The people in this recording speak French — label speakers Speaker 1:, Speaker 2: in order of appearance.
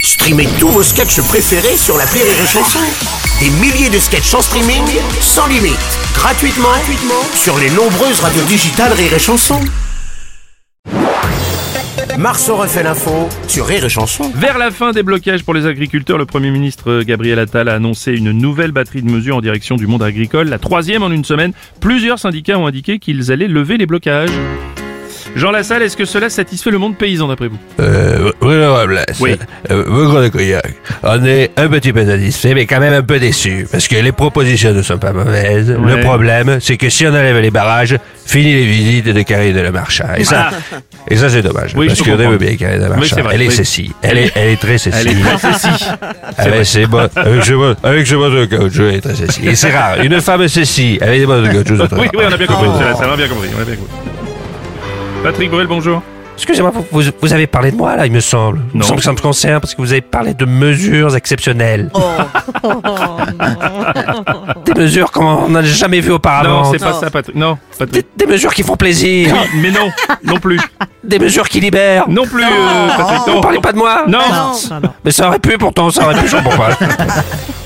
Speaker 1: Streamez tous vos sketchs préférés sur la Rire et Chanson. Des milliers de sketchs en streaming, sans limite, gratuitement, gratuitement sur les nombreuses radios digitales Rire et Chanson. Marceau refait l'info sur Rire et Chanson.
Speaker 2: Vers la fin des blocages pour les agriculteurs, le Premier ministre euh, Gabriel Attal a annoncé une nouvelle batterie de mesures en direction du monde agricole, la troisième en une semaine. Plusieurs syndicats ont indiqué qu'ils allaient lever les blocages. Jean Lassalle, est-ce que cela satisfait le monde paysan d'après vous
Speaker 3: Euh, Bruno Robles,
Speaker 2: Oui.
Speaker 3: euh, vous gros de cognac. on est un petit peu satisfait, mais quand même un peu déçu, parce que les propositions ne sont pas mauvaises.
Speaker 2: Ouais.
Speaker 3: Le problème, c'est que si on enlève les barrages, fini les visites de Karine Le Marchand. Et ça, et ça c'est dommage,
Speaker 2: Ah. Oui,
Speaker 3: parce
Speaker 2: je
Speaker 3: qu'on
Speaker 2: comprends.
Speaker 3: aime bien Karine Le
Speaker 2: Oui,
Speaker 3: Marchand.
Speaker 2: c'est vrai,
Speaker 3: elle est
Speaker 2: oui.
Speaker 3: ceci, elle est, elle est très Ah, ceci.
Speaker 2: Elle est très saisie.
Speaker 3: Avec ses bottes, avec ses bottes, avec ses bottes de caoutchouc, elle est très ceci. Et c'est rare, une femme ceci, avec des bottes de caoutchouc. c'est très
Speaker 2: Oui,
Speaker 3: rare.
Speaker 2: oui, on a bien
Speaker 3: Oh.
Speaker 2: compris, monsieur Lassalle, on a bien compris, on a bien compris. Patrick Bruel, bonjour.
Speaker 3: Excusez-moi, vous, vous- vous avez parlé de moi là, il me semble. Il me
Speaker 2: Non.
Speaker 3: semble que ça me concerne parce que vous avez parlé de mesures exceptionnelles.
Speaker 2: Oh.
Speaker 3: des mesures qu'on n'a jamais vues auparavant.
Speaker 2: non, c'est pas ça, Patrick. Non,
Speaker 3: des,
Speaker 2: Patrick.
Speaker 3: des mesures qui font plaisir.
Speaker 2: Oui, mais non, non plus.
Speaker 3: Des mesures qui libèrent. Ah,
Speaker 2: Non plus, euh, Patrick.
Speaker 3: Vous
Speaker 2: non.
Speaker 3: parlez pas de moi
Speaker 2: Ah, Non.
Speaker 3: Mais ça aurait pu pourtant, ça aurait pu, je comprends pas.